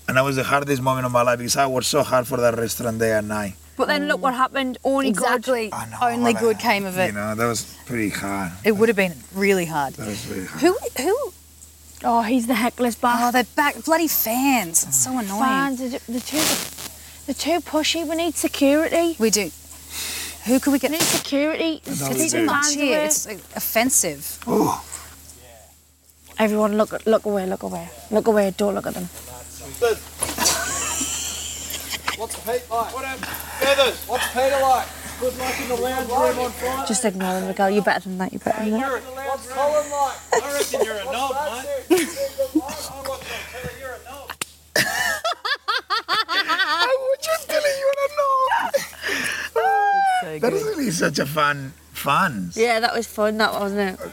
Speaker 2: And that was the hardest moment of my life because I worked so hard for that restaurant day and night.
Speaker 3: But then look what happened. Only God.
Speaker 1: Mm. Exactly.
Speaker 2: I know,
Speaker 1: Only
Speaker 2: but,
Speaker 1: good
Speaker 2: uh,
Speaker 1: came of it.
Speaker 2: You know, that was pretty hard.
Speaker 1: It would have been really hard.
Speaker 2: That was really hard.
Speaker 1: Who? Who?
Speaker 3: Oh, he's the heckless
Speaker 1: Oh,
Speaker 3: bastard.
Speaker 1: they're back. Bloody fans. It's so annoying.
Speaker 3: Fans, the, the two, the two pushy. We need security.
Speaker 1: We do. Who could we
Speaker 3: We
Speaker 1: get?
Speaker 3: need security.
Speaker 1: It's too much here. It's like, offensive.
Speaker 3: Everyone, look, look away, look away, look away. Don't look at them.
Speaker 4: What's Pete like? What up? Feathers. What's Peter like? Good luck in the lounge room on Friday.
Speaker 6: Just ignore them, Miguel. You're better than that. You're better than that.
Speaker 4: What's Colin like? I reckon you're a knob, mate. You're a knob.
Speaker 2: I was just telling you I don't know. that is really such a fun, fun.
Speaker 6: Yeah, that was fun. That wasn't it.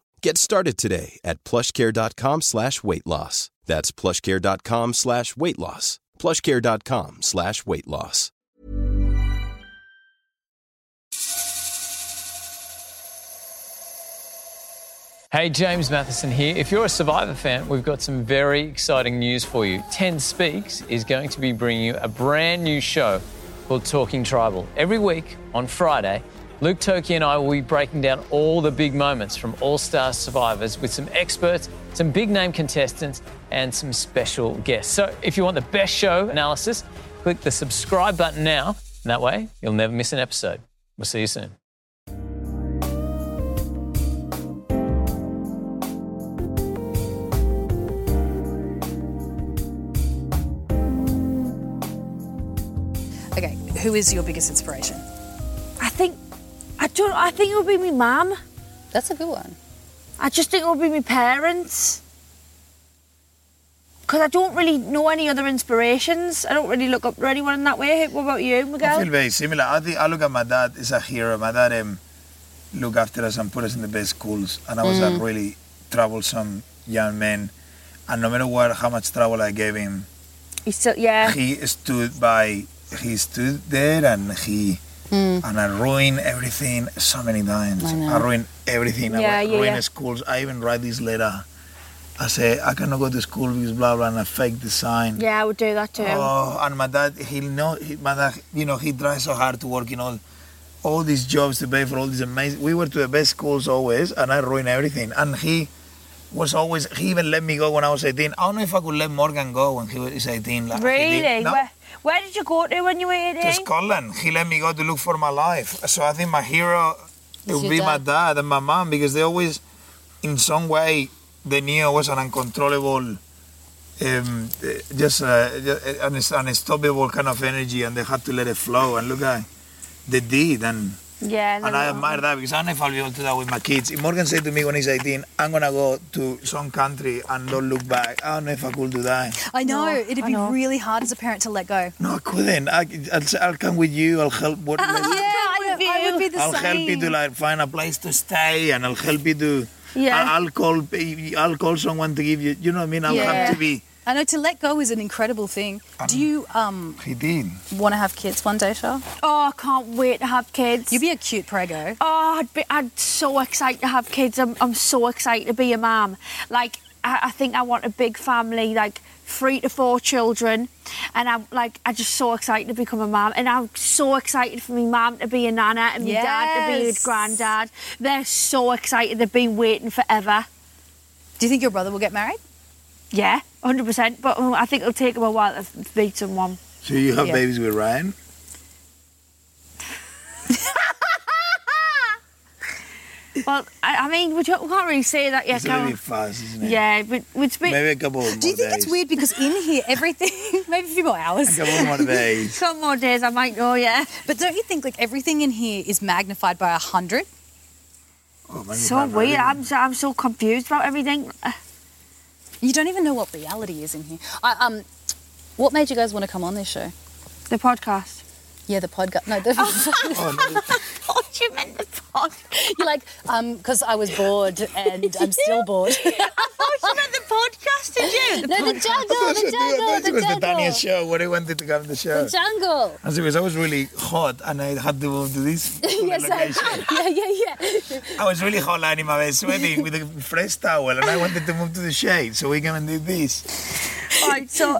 Speaker 7: Get started today at plushcare.com slash weight loss. That's plushcare.com slash weight loss. Plushcare.com slash weight loss.
Speaker 8: Hey, James Matheson here. If you're a Survivor fan, we've got some very exciting news for you. 10 Speaks is going to be bringing you a brand new show called Talking Tribal. Every week on Friday, Luke Turkey and I will be breaking down all the big moments from All Star Survivors with some experts, some big name contestants, and some special guests. So if you want the best show analysis, click the subscribe button now, and that way you'll never miss an episode. We'll see you soon.
Speaker 1: Okay. Who is your biggest inspiration?
Speaker 6: I think, I don't, I think it would be my mum.
Speaker 1: That's a good one.
Speaker 6: I just think it would be my parents. Because I don't really know any other inspirations. I don't really look up to anyone in that way. What about you,
Speaker 2: I
Speaker 6: Miguel?
Speaker 2: feel very similar. I think I look at my dad as a hero. My dad um, looked after us and put us in the best schools, and I was
Speaker 6: Mm.
Speaker 2: a really troublesome young man. And no matter what, how much trouble I gave him,
Speaker 6: He's still, yeah.
Speaker 2: he stood by. He stood there, and he
Speaker 6: Mm.
Speaker 2: and I ruined everything so many times. I, ruined everything.
Speaker 6: Yeah,
Speaker 2: I
Speaker 6: yeah,
Speaker 2: ruined
Speaker 6: yeah.
Speaker 2: schools. I even write this letter. I say I cannot go to school because blah blah, and I fake the sign.
Speaker 6: Yeah, I would do that too.
Speaker 2: Oh, and my dad, he know, he, my dad, you know, he tries so hard to work in all, all these jobs to pay for all these amazing. We were to the best schools always, and I ruined everything. And he was always, he even let me go when I was 18. I don't know if I could let Morgan go when he was 18. Like, he did.
Speaker 6: really?
Speaker 2: No,
Speaker 6: Where, where did you go to when you were 18?
Speaker 2: to Scotland. He let me go to look for my life. So I think my hero it would
Speaker 1: your
Speaker 2: be my
Speaker 1: dad.
Speaker 2: dad and my mom because they always, in some way, they knew I was an uncontrollable, um, uh, just uh, ju- uh, an an unstoppable kind of energy, and they had to let it flow. And look at they did, and
Speaker 3: Yeah.
Speaker 2: And I admire that because I don't know if I'll be able to do that with my kids. If Morgan said to me when he's 18, I'm going to go to some country and don't look back, I don't know if I could do that.
Speaker 1: I know it'd be really hard as a parent to let go.
Speaker 2: No, I couldn't. I, I'll, I'll come with you, I'll help. What,
Speaker 1: I would, I would be the
Speaker 2: I'll
Speaker 1: same.
Speaker 2: help you to like find a place to stay and I'll help you to.
Speaker 1: Yeah.
Speaker 2: I- I'll call, I'll call someone to give you, you know what I mean? I'll have to be.
Speaker 1: I know to let go is an incredible thing. Do you um
Speaker 2: He did.
Speaker 1: want to have kids one day, Shah?
Speaker 3: Oh, I can't wait to have kids.
Speaker 1: You'd be a cute prego.
Speaker 3: Oh, I'd be, I'd so excited to have kids. I'm, I'm so excited to be a mum. Like, I, I think I want a big family, like three to four children, and I'm like, I'm just so excited to become a mum, and I'm so excited for me mum to be a nana and my dad to be a
Speaker 1: Yes.
Speaker 3: granddad. They're so excited. They've been waiting forever.
Speaker 1: Do you think your brother will get married?
Speaker 3: Yeah, 100. percent But um, I think it'll take them a while to meet someone.
Speaker 2: So you have
Speaker 3: Yeah.
Speaker 2: babies with Ryan?
Speaker 3: Well, I, I mean, we, don't, we can't really say that yet,
Speaker 2: it's
Speaker 3: can
Speaker 2: really
Speaker 3: we?
Speaker 2: fast, isn't it?
Speaker 3: Yeah, but we'd speak.
Speaker 2: Maybe a couple more
Speaker 1: Do you think
Speaker 2: days.
Speaker 1: it's weird because in here everything maybe a few more hours.
Speaker 2: A couple more days.
Speaker 3: Some more days I might know, yeah.
Speaker 1: But don't you think like everything in here is magnified by a hundred?
Speaker 2: Oh, maybe
Speaker 3: So
Speaker 2: not
Speaker 3: weird.
Speaker 2: really.
Speaker 3: I'm so, I'm so confused about everything. Uh,
Speaker 1: You don't even know what reality is in here. I, um, what made you guys want to come on this show?
Speaker 3: The podcast.
Speaker 1: Yeah, the podcast. No, the
Speaker 3: Oh, you meant the podcast.
Speaker 1: you're like um because I was bored and I'm still bored.
Speaker 3: Oh, you meant the podcast, did you?
Speaker 1: no, the jungle,
Speaker 2: I thought
Speaker 1: the
Speaker 2: she- I
Speaker 1: jungle,
Speaker 2: thought it was
Speaker 1: the
Speaker 2: the Daniel
Speaker 1: jungle,
Speaker 2: show when I wanted to come to the show.
Speaker 1: the jungle.
Speaker 2: As it was, I was really hot and I had to move to this
Speaker 1: Yes,
Speaker 2: location.
Speaker 1: I, yeah, yeah, yeah.
Speaker 2: I was really hot lying in my bed sweating with a fresh towel and I wanted to move to the shade. So we came and did this.
Speaker 3: Right, so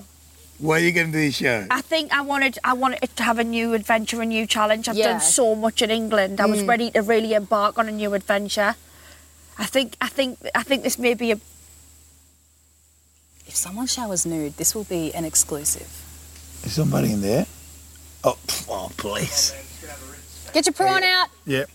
Speaker 2: Why you came to this show?
Speaker 3: I think I wanted I wanted to have a new adventure, a new challenge. I've
Speaker 1: Yeah.
Speaker 3: done so much in England. I was ready to really embark on a new adventure. I think I think I think this may be a
Speaker 1: If someone showers nude, this will be an exclusive.
Speaker 2: Is somebody in there? Oh, pff, oh please.
Speaker 1: Get your prawn out.
Speaker 2: Yeah.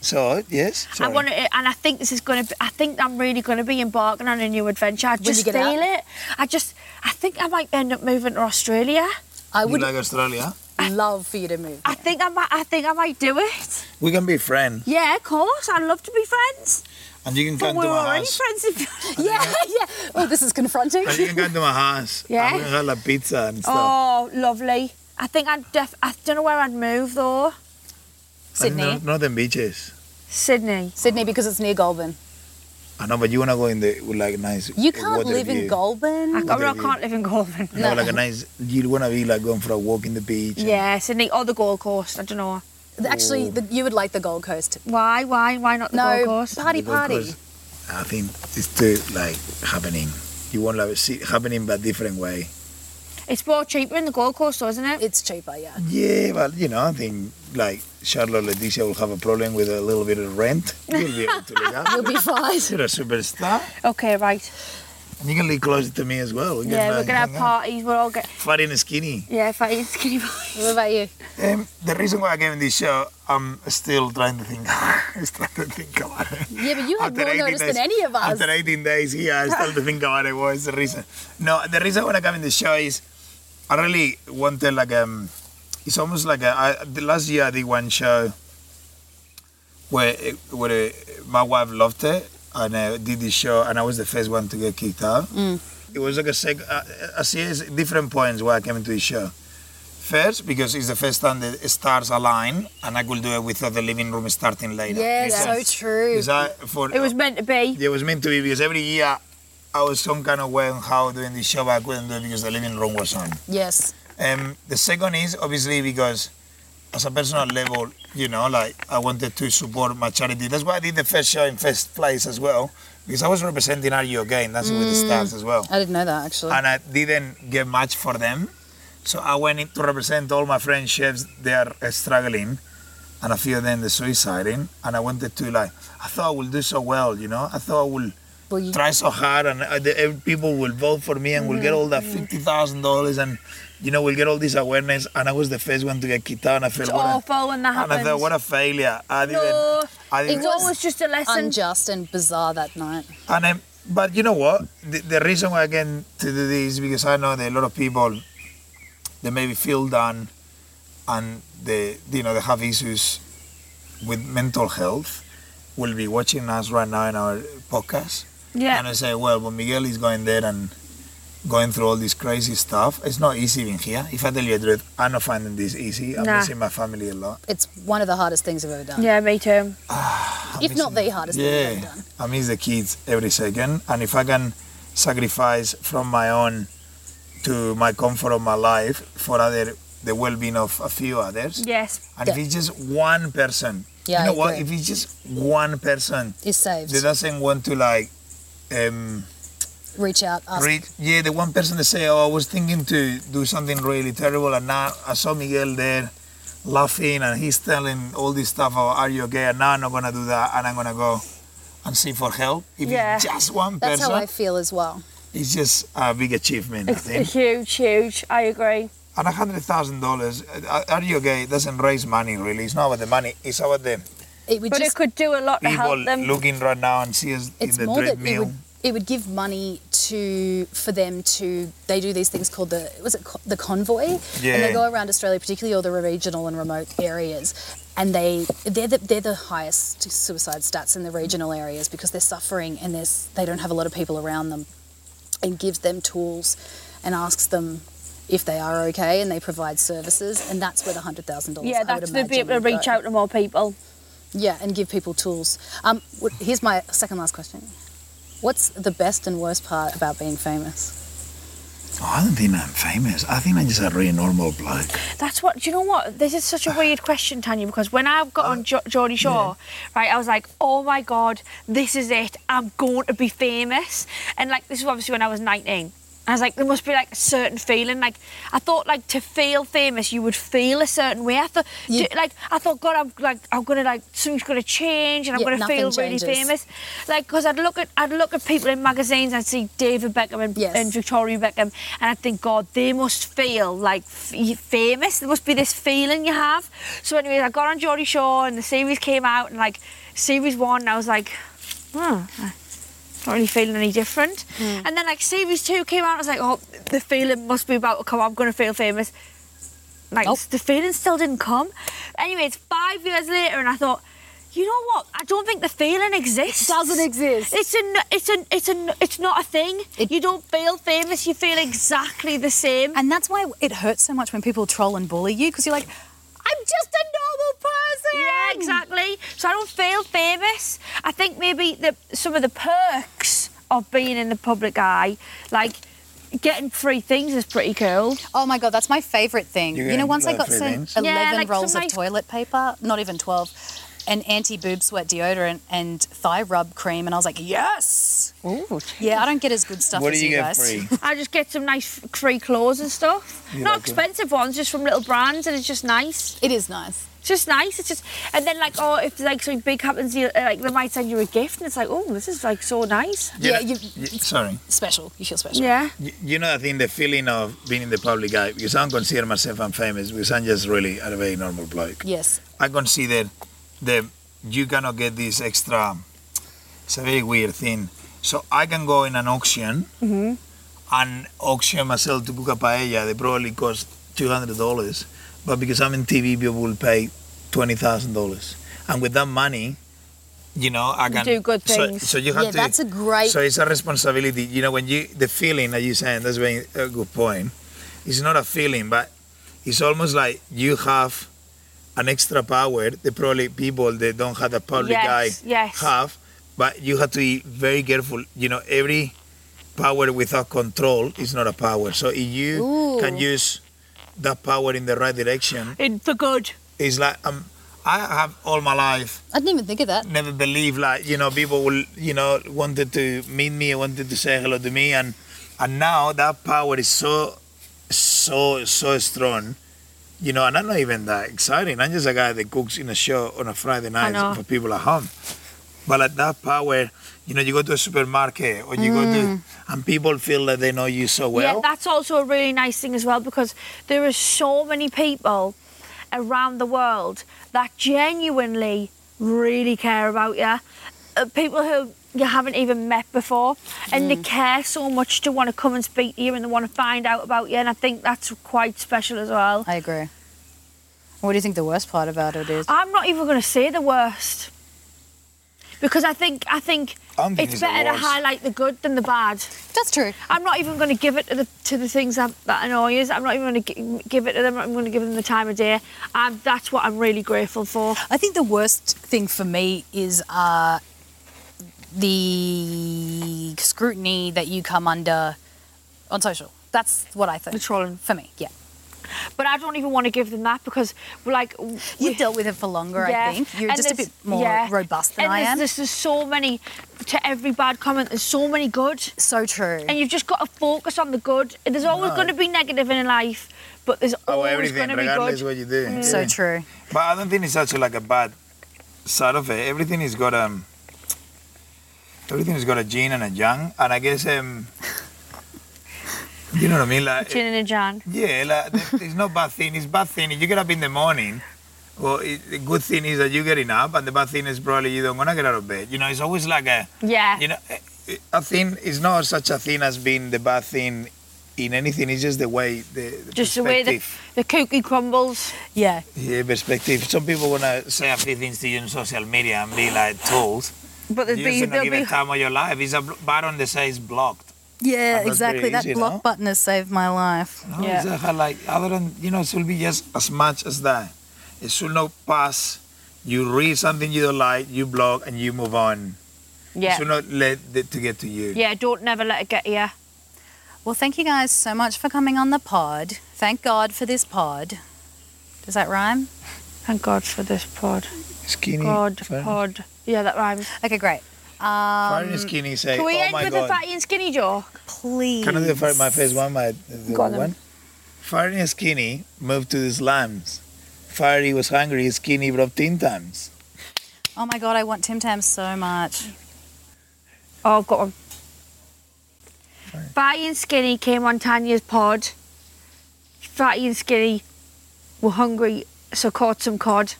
Speaker 2: So, yes?
Speaker 3: I
Speaker 2: sorry.
Speaker 3: want to, and I think this is going to. be I think I'm really going to be embarking on a new adventure. I just
Speaker 1: get
Speaker 3: feel
Speaker 1: out?
Speaker 3: it. I just, I think I might end up moving to Australia.
Speaker 1: I
Speaker 2: You
Speaker 1: would
Speaker 2: like Australia?
Speaker 1: love for you to move.
Speaker 3: I think I might. I think I might do it.
Speaker 2: We can be friends.
Speaker 3: Yeah, of course. I'd love to be friends.
Speaker 2: And you can
Speaker 3: But
Speaker 2: come
Speaker 3: we're
Speaker 2: to my
Speaker 3: already
Speaker 2: house.
Speaker 3: friends. If,
Speaker 1: Yeah, yeah. Oh, this is confronting.
Speaker 2: And you can come to my house.
Speaker 3: Yeah.
Speaker 2: And we can have like pizza and stuff.
Speaker 3: oh, lovely. I think I'd def. I don't know where I'd move though.
Speaker 2: And
Speaker 1: Sydney,
Speaker 2: no- Northern beaches.
Speaker 3: Sydney.
Speaker 1: Sydney, because it's near Goulburn.
Speaker 2: I know, but you want to go in the with like nice.
Speaker 1: You can't
Speaker 2: water
Speaker 1: live in
Speaker 2: view.
Speaker 3: I,
Speaker 1: Goulburn.
Speaker 3: can't, I
Speaker 2: Whatever.
Speaker 3: can't live in Goulburn.
Speaker 2: No, like a nice. You want to be like going for a walk in the beach. and-
Speaker 3: Yeah, Sydney or the Gold Coast. I don't know.
Speaker 1: Actually, the, you would like the Gold Coast.
Speaker 3: Why? Why? Why not the
Speaker 1: No,
Speaker 3: Gold Coast?
Speaker 1: party
Speaker 2: Gold
Speaker 1: party.
Speaker 2: Coast. I think it's too like happening. You want like see happening but different way.
Speaker 3: It's more cheaper in the Gold Coast, though, isn't it?
Speaker 1: It's cheaper, yeah.
Speaker 2: Yeah, but you know, I think like Charlotte Leticia will have a problem with a little bit of rent. You'll be able to look
Speaker 1: You'll
Speaker 2: after.
Speaker 1: be fine.
Speaker 2: You're a superstar.
Speaker 3: Okay, right.
Speaker 2: And you can live closer to me as well. We can,
Speaker 3: Yeah, we're
Speaker 2: like,
Speaker 3: gonna have
Speaker 2: hang out.
Speaker 3: parties. We're all get
Speaker 2: Fat and skinny.
Speaker 3: yeah, fatty and skinny boys.
Speaker 1: What about you?
Speaker 2: Um, the reason why I came in this show, I'm still trying to think. I'm still trying to think about it.
Speaker 1: Yeah, but you had
Speaker 2: After
Speaker 1: more
Speaker 2: 18
Speaker 1: notice than
Speaker 2: days-
Speaker 1: any of us.
Speaker 2: After 18 days here, I still to think about it. What is the reason? No, the reason when I come in the show is I really wanted like um, it's almost like a, I, the last year I did one show where it, where uh my wife loved it and I did this show and I was the first one to get kicked out.
Speaker 1: Mm.
Speaker 2: It was like a sec. I, I see it's different points where I came into the show. First, because it's the first time the stars align, and I could do it without the living room starting later.
Speaker 1: Yeah,
Speaker 2: Makes
Speaker 1: so
Speaker 2: sense.
Speaker 1: true.
Speaker 2: Because I- for-
Speaker 3: It was meant to be.
Speaker 2: yeah, it was meant to be because every year I was some kind of way on how doing the show, but I couldn't do it because the living room was on.
Speaker 1: Yes.
Speaker 2: Um, the second is obviously because as a personal level, you know, like I wanted to support my charity. That's why I did the first show in first place as well, because I was representing Are You Okay? And that's with the stars as well.
Speaker 1: I didn't know that actually.
Speaker 2: And I didn't get much for them. So I went in to represent all my friend chefs. They are uh, struggling. And a few of them, they're suiciding. And I wanted to, like, I thought I will do so well, you know? I thought I will
Speaker 1: Well, you,
Speaker 2: try so hard and uh, the, every- people will vote for me and we'll get all that $50,000 and, you know, we'll get all this awareness. And I was the first one to get kicked out and I felt,
Speaker 3: It's
Speaker 2: what a,
Speaker 3: awful when that
Speaker 2: and I
Speaker 3: happens.
Speaker 2: thought, what a failure. I didn't,
Speaker 3: Oh, no,
Speaker 2: I
Speaker 3: it
Speaker 2: didn't,
Speaker 3: was always just a lesson.
Speaker 1: unjust and bizarre that night.
Speaker 2: And um, but you know what? The, the reason why I came to do this is because I know that a lot of people they maybe feel down and they you know they have issues with mental health will be watching us right now in our podcast.
Speaker 3: Yeah.
Speaker 2: And I say, well, when Miguel is going there and going through all this crazy stuff, it's not easy being here. If I tell you the truth, I'm not finding this easy. I'm
Speaker 3: Nah.
Speaker 2: missing my family a lot.
Speaker 1: It's one of the hardest things I've ever done.
Speaker 3: Yeah, me too.
Speaker 1: If not the hardest thing I've ever
Speaker 2: Yeah,
Speaker 1: done.
Speaker 2: I miss the kids every second, and if I can sacrifice from my own to my comfort of my life for other the well-being of a few others,
Speaker 3: Yes.
Speaker 2: and if it's just one person,
Speaker 1: Yeah,
Speaker 2: you know
Speaker 1: I
Speaker 2: what?
Speaker 1: agree.
Speaker 2: If it's just one person
Speaker 1: Is saved.
Speaker 2: that doesn't want to like, um,
Speaker 1: Reach out, ask.
Speaker 2: read, yeah, the one person that say, oh, I was thinking to do something really terrible, and now I saw Miguel there laughing, and he's telling all this stuff about are you okay, and now I'm not gonna do that, and I'm gonna go and see for help. If
Speaker 3: Yeah.
Speaker 2: it's just one
Speaker 1: That's
Speaker 2: person,
Speaker 1: how I feel as well.
Speaker 2: it's just a big achievement, I think.
Speaker 3: Huge, huge. I agree.
Speaker 2: And hundred thousand dollars, uh, are you okay? Doesn't raise money really. It's not about the money. It's about the
Speaker 1: It would
Speaker 3: But
Speaker 1: just
Speaker 3: it could do a lot to
Speaker 2: people
Speaker 3: help them.
Speaker 2: looking right now and see us
Speaker 1: it's
Speaker 2: in the
Speaker 1: more that it
Speaker 2: treadmill.
Speaker 1: would, it would give money to for them to they do these things called the was it co- the convoy and
Speaker 2: Yeah.
Speaker 1: they go around Australia particularly all the regional and remote areas and they they're the, they're the highest suicide stats in the regional areas because they're suffering and there's they don't have a lot of people around them and gives them tools and asks them if they are okay and they provide services and that's where the hundred thousand dollars
Speaker 3: Yeah,
Speaker 1: I would
Speaker 3: that's to be
Speaker 1: imagine
Speaker 3: able to
Speaker 1: would
Speaker 3: reach
Speaker 1: go.
Speaker 3: out to more people.
Speaker 1: Yeah, and give people tools. Um, wh- here's my second last question. What's the best and worst part about being famous?
Speaker 2: I don't think I'm famous. I think I'm just a really normal bloke.
Speaker 3: That's what. Do you know what? This is such a weird question, Tanya, because when I got
Speaker 1: Uh,
Speaker 3: on jo- Geordie Shore, right, I was like, oh my god, this is it. I'm going to be famous. And like, this was obviously when I was 19. I was like, there must be like a certain feeling. Like, I thought like to feel famous, you would feel a certain way. I thought,
Speaker 1: You-
Speaker 3: d- like, I thought, God, I'm like, I'm gonna like something's gonna change, and I'm
Speaker 1: Yeah,
Speaker 3: gonna
Speaker 1: nothing
Speaker 3: feel really
Speaker 1: changes.
Speaker 3: famous. Like, cause I'd look at, I'd look at people in magazines, I'd see David Beckham and,
Speaker 1: Yes.
Speaker 3: and Victoria Beckham, and I think, God, they must feel like f- famous. There must be this feeling you have. So, anyways, I got on Geordie Shore, and the series came out, and like series one, and I was like, hmm, I'm not really feeling any different. And then like series two came out, I was like, oh, the feeling must be about to come. I'm gonna feel famous. Like
Speaker 1: Nope.
Speaker 3: the feeling still didn't come. Anyways, five years later, and I thought. You know what? I don't think the feeling exists.
Speaker 1: doesn't exist.
Speaker 3: It's a, n- it's a, it's a, n- it's not a thing. you don't feel famous. You feel exactly the same.
Speaker 1: And that's why it hurts so much when people troll and bully you because you're like, I'm just a normal person.
Speaker 3: Yeah, exactly. So I don't feel famous. I think maybe the, some of the perks of being in the public eye, like getting free things, is pretty cool.
Speaker 1: Oh my god, that's my favorite thing.
Speaker 2: You
Speaker 1: You, know,
Speaker 2: get
Speaker 1: once I
Speaker 2: like
Speaker 1: got
Speaker 2: three
Speaker 1: sent
Speaker 2: things?
Speaker 3: Yeah,
Speaker 1: 11
Speaker 3: like
Speaker 1: rolls
Speaker 3: some
Speaker 1: of
Speaker 3: nice-
Speaker 1: toilet paper, not even 12, an anti-boob sweat deodorant and thigh rub cream and I was like, "Yes."
Speaker 3: Ooh.
Speaker 1: Yeah, I don't get as good stuff
Speaker 2: What
Speaker 1: as
Speaker 2: do you get
Speaker 1: guys.
Speaker 2: free?
Speaker 3: I just get some nice f- free clothes and stuff.
Speaker 2: You
Speaker 3: Not
Speaker 2: like 'em?
Speaker 3: expensive ones, just from little brands, and it's just nice.
Speaker 1: It is nice.
Speaker 3: It's just nice. It's just, and then like, oh, if like something big happens, you, uh, like they might send you a gift, and it's like, oh, this is like so nice.
Speaker 1: Yeah,
Speaker 2: know-
Speaker 1: you
Speaker 2: Y- sorry.
Speaker 1: special. You feel special.
Speaker 3: Yeah.
Speaker 2: Y- You know, I think the feeling of being in the public eye, because I don't consider myself unfamous, because I'm just really a very normal bloke.
Speaker 1: Yes.
Speaker 2: I consider that you cannot get this extra. It's a very weird thing. So I can go in an auction and auction myself to cook a paella. They probably cost two hundred dollars, but because I'm in TV, people will pay twenty thousand dollars. And with that money, you know, I can
Speaker 3: do good
Speaker 2: so-
Speaker 3: things.
Speaker 2: So, you have
Speaker 1: yeah,
Speaker 2: to.
Speaker 1: that's a great
Speaker 2: So it's a responsibility. You know, when you the feeling that you're saying that's very a good point. It's not a feeling, but it's almost like you have an extra power that probably people that don't have the public eye
Speaker 3: Yes, yes.
Speaker 2: have. But you have to be very careful. You know, every power without control is not a power. So if you can use that power in the right direction,
Speaker 3: In for good.
Speaker 2: it's like um, I have all my life
Speaker 1: I didn't even think of that.
Speaker 2: never believed like you know people will you know wanted to meet me wanted to say hello to me and and now that power is so so so strong you know and i'm not even that exciting i'm just a guy that cooks in a show on a friday
Speaker 3: know.
Speaker 2: night for people at home but at that power you know you go to a supermarket or you go to and people feel that they know you so well
Speaker 3: Mm. yeah, that's also a really nice thing as well because there are so many people around the world that genuinely really care about you. Uh, people who you haven't even met before and they
Speaker 2: Mm.
Speaker 3: care so much to want to come and speak to you and they want to find out about you and I think that's quite special as well.
Speaker 1: I agree. What do you think the worst part about it is?
Speaker 3: I'm not even going to say the worst because I think I think
Speaker 2: I don't think
Speaker 3: it's
Speaker 2: it's the
Speaker 3: better to
Speaker 2: worst.
Speaker 3: highlight the good than the bad.
Speaker 1: That's true.
Speaker 3: I'm not even going to give it to the to the things that, that annoy us. I'm not even going to give it to them. I'm going to give them the time of day. And that's what I'm really grateful for.
Speaker 1: I think the worst thing for me is uh, the scrutiny that you come under on social. That's what I think.
Speaker 3: The trolling.
Speaker 1: For me, yeah.
Speaker 3: But I don't even want to give them that because, like, w-
Speaker 1: You've dealt with it for longer, I think. You're
Speaker 3: and
Speaker 1: just a
Speaker 3: there's-
Speaker 1: bit more
Speaker 3: yeah.
Speaker 1: robust than
Speaker 3: and
Speaker 1: I
Speaker 3: there's-
Speaker 1: am.
Speaker 3: There's, there's so many to every bad comment. There's so many good,
Speaker 1: so true.
Speaker 3: and you've just got to focus on the good. There's always going to be negative in life, but there's
Speaker 2: Oh,
Speaker 3: always
Speaker 2: everything,
Speaker 3: going to be
Speaker 2: regardless
Speaker 3: good. Mm.
Speaker 2: what you do.
Speaker 1: so
Speaker 2: Yeah.
Speaker 1: true.
Speaker 2: But I don't think it's actually like a bad side of it. Everything has got um, everything has got a yin and a yang, and I guess um, you know what I mean? Like
Speaker 3: Chin in a jan.
Speaker 2: yeah, like th- it's not bad thing. It's bad thing. If you get up in the morning. Well, it, the good thing is that you're getting up, and the bad thing is probably you don't want to get out of bed. You know, it's always like a
Speaker 3: Yeah.
Speaker 2: you know, eh, eh, I think it's not such a thing as being the bad thing in anything. It's just the way the, the
Speaker 3: just the way the,
Speaker 2: perspective.
Speaker 3: the cookie crumbles.
Speaker 1: Yeah.
Speaker 2: Yeah, perspective. Some people wanna say a few things to you on social media and be like told.
Speaker 6: But there'd
Speaker 2: you
Speaker 6: be,
Speaker 2: just don't
Speaker 6: there'll
Speaker 2: give
Speaker 6: be
Speaker 2: it time of your life. It's a bl- button that says blocked.
Speaker 1: Yeah,
Speaker 2: And that's
Speaker 1: exactly.
Speaker 2: very
Speaker 1: That
Speaker 2: easy,
Speaker 1: block
Speaker 2: no?
Speaker 1: button has saved my life.
Speaker 2: No, yeah. it's a- like other than you know, it should be just as much as that. It should not pass. You read something you don't like, you block, and you move on. It
Speaker 3: Yeah.
Speaker 2: should not let it to get to you.
Speaker 3: Yeah, don't never let it get you.
Speaker 1: Well, thank you guys so much for coming on the pod. Thank God for this pod. Does that rhyme?
Speaker 3: Thank God for this pod.
Speaker 2: Skinny.
Speaker 3: God,
Speaker 2: fat-
Speaker 3: pod. Yeah, that rhymes.
Speaker 1: Okay, great.
Speaker 2: fat and skinny. Say,
Speaker 3: um, Can we
Speaker 2: oh
Speaker 3: end
Speaker 2: my
Speaker 3: with a
Speaker 2: god.
Speaker 3: fatty and skinny joke?
Speaker 1: Please.
Speaker 2: Can I do fire my face one? My the
Speaker 3: Go on then.
Speaker 2: one. Fiery and skinny moved to the slums. Fiery was hungry. Skinny brought tin times.
Speaker 1: Oh my God, I want Tim Tam so much.
Speaker 3: Oh, I've got one. Fatty and Skinny came on Tanya's pod. Fatty and Skinny were hungry, so caught some cod.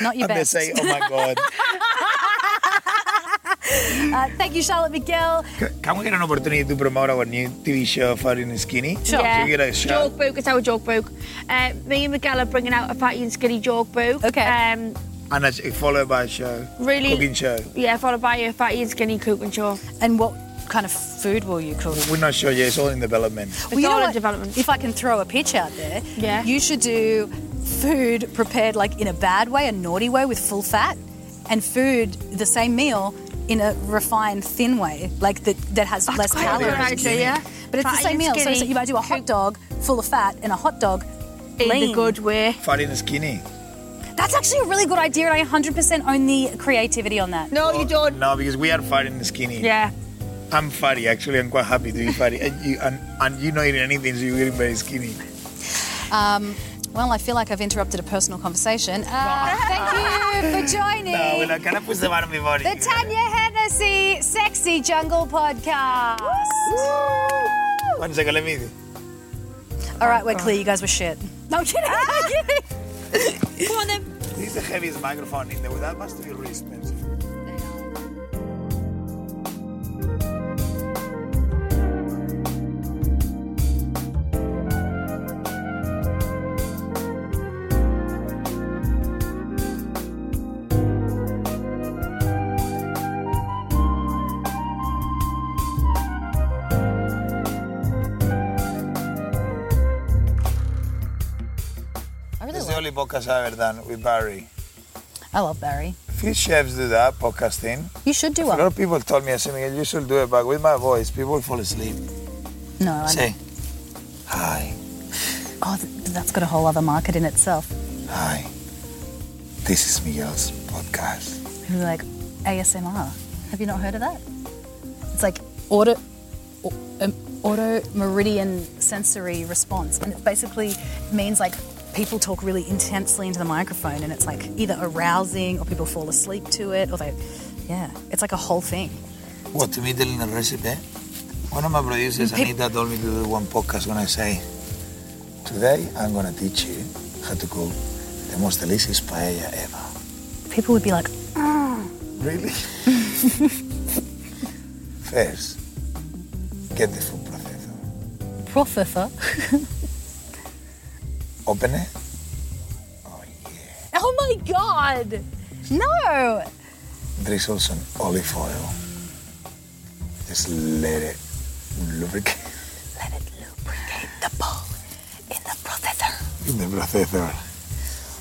Speaker 1: Not your
Speaker 2: and
Speaker 1: best.
Speaker 2: they say, "Oh my God!"
Speaker 1: Uh, thank you, Charlotte Miguel.
Speaker 2: Can we get an opportunity to promote our new TV show, Fatty and Skinny?
Speaker 1: Sure.
Speaker 2: Can we get a shout?
Speaker 3: Joke book, it's our joke book. Uh, me and Miguel are bringing out a Fatty and Skinny joke book.
Speaker 1: Okay.
Speaker 3: Um,
Speaker 2: And a, followed by a show,
Speaker 3: Really-
Speaker 2: cooking show.
Speaker 3: yeah, followed by a Fatty and Skinny cooking show.
Speaker 1: And what kind of food will you cook?
Speaker 2: We're not sure yet. It's all in development.
Speaker 1: Well, you know
Speaker 3: all in
Speaker 1: what?
Speaker 3: development.
Speaker 1: If I can throw a pitch out there,
Speaker 3: Yeah.
Speaker 1: you should do food prepared like in a bad way, a naughty way with full fat, and food the same meal in a refined, thin way, like that that has less
Speaker 3: quite a
Speaker 1: calories.
Speaker 3: good idea, yeah.
Speaker 1: But it's
Speaker 3: Fatty
Speaker 1: the same
Speaker 3: and
Speaker 1: meal, so,
Speaker 3: skinny.
Speaker 1: so you might do a hot dog full of fat and a hot dog.
Speaker 3: In
Speaker 1: lean.
Speaker 3: the good way.
Speaker 2: Fatty and Skinny.
Speaker 1: That's actually a really good idea, and I 100% own the creativity on that.
Speaker 3: Oh, No, you don't.
Speaker 2: No, because we are Fatty and Skinny.
Speaker 3: Yeah.
Speaker 2: I'm fatty, actually. I'm quite happy to be fatty. and, you, and, and you're not eating anything, so you're getting very skinny.
Speaker 1: Um, well, I feel like I've interrupted a personal conversation. Uh, thank you for joining.
Speaker 2: No, we're like, can I push the bottom before
Speaker 1: The Tanya Hennessy Sexy Jungle Podcast.
Speaker 2: One second, let me.
Speaker 1: All right, we're clear. You guys were shit. No I'm kidding.
Speaker 2: Ah!
Speaker 1: I'm kidding.
Speaker 2: This is the heaviest microphone in the world. That must be really expensive.
Speaker 1: I really
Speaker 2: This is the
Speaker 1: love,
Speaker 2: only podcast I've ever done with Barry.
Speaker 1: I love Barry.
Speaker 2: Few chefs do that podcasting.
Speaker 1: You should do
Speaker 2: A lot
Speaker 1: one.
Speaker 2: of people told me, I said, Miguel, you should do it, but with my voice, people fall asleep.
Speaker 1: No, I
Speaker 2: Say, hi,
Speaker 1: Oh, th- that's got a whole other market in itself.
Speaker 2: hi. This is Miguel's podcast.
Speaker 1: People be like ASMR. Have you not heard of that? It's like auto, au- um, auto meridian sensory response, and it basically means like people talk really intensely into the microphone, and it's like either arousing or people fall asleep to it, or they, yeah, it's like a whole thing.
Speaker 2: What, to me telling a recipe? One of my producers,
Speaker 1: Pe-
Speaker 2: Anita, told me to do one podcast when I say, today I'm going to teach you how to cook the most delicious paella ever.
Speaker 1: People would be like,
Speaker 2: Really? First, get the food processor.
Speaker 1: processor.
Speaker 2: Open it.
Speaker 1: Oh my god! No!
Speaker 2: drizzle some olive oil. Just let it lubricate.
Speaker 1: Let it lubricate the bowl in the processor.
Speaker 2: in the processor.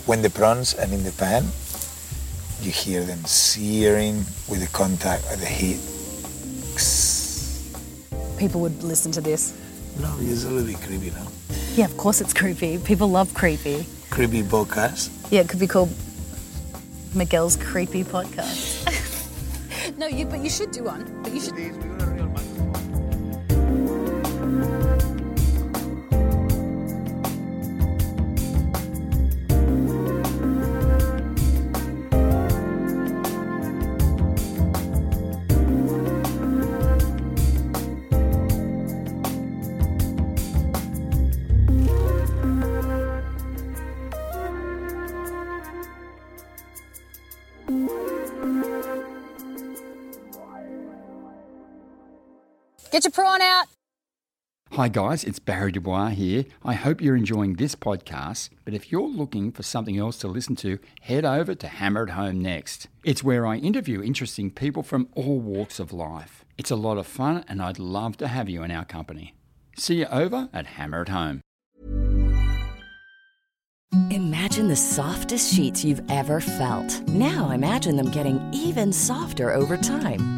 Speaker 2: When the prawns are in the pan, you hear them searing with the contact of the heat.
Speaker 1: People would listen to this.
Speaker 2: No, it's a little bit creepy, no?
Speaker 1: Yeah, of course it's creepy. People love creepy.
Speaker 2: Creepy bocas.
Speaker 1: Yeah, it could be called Miguel's Creepy Podcast. no, you but you should do one. But you should get your prawn out.
Speaker 9: Hi, guys, it's Barry Dubois here. I hope you're enjoying this podcast, but if you're looking for something else to listen to, head over to Hammer It Home Next. It's where I interview interesting people from all walks of life. It's a lot of fun, and I'd love to have you in our company. See you over at Hammer It Home.
Speaker 10: Imagine the softest sheets you've ever felt. Now imagine them getting even softer over time.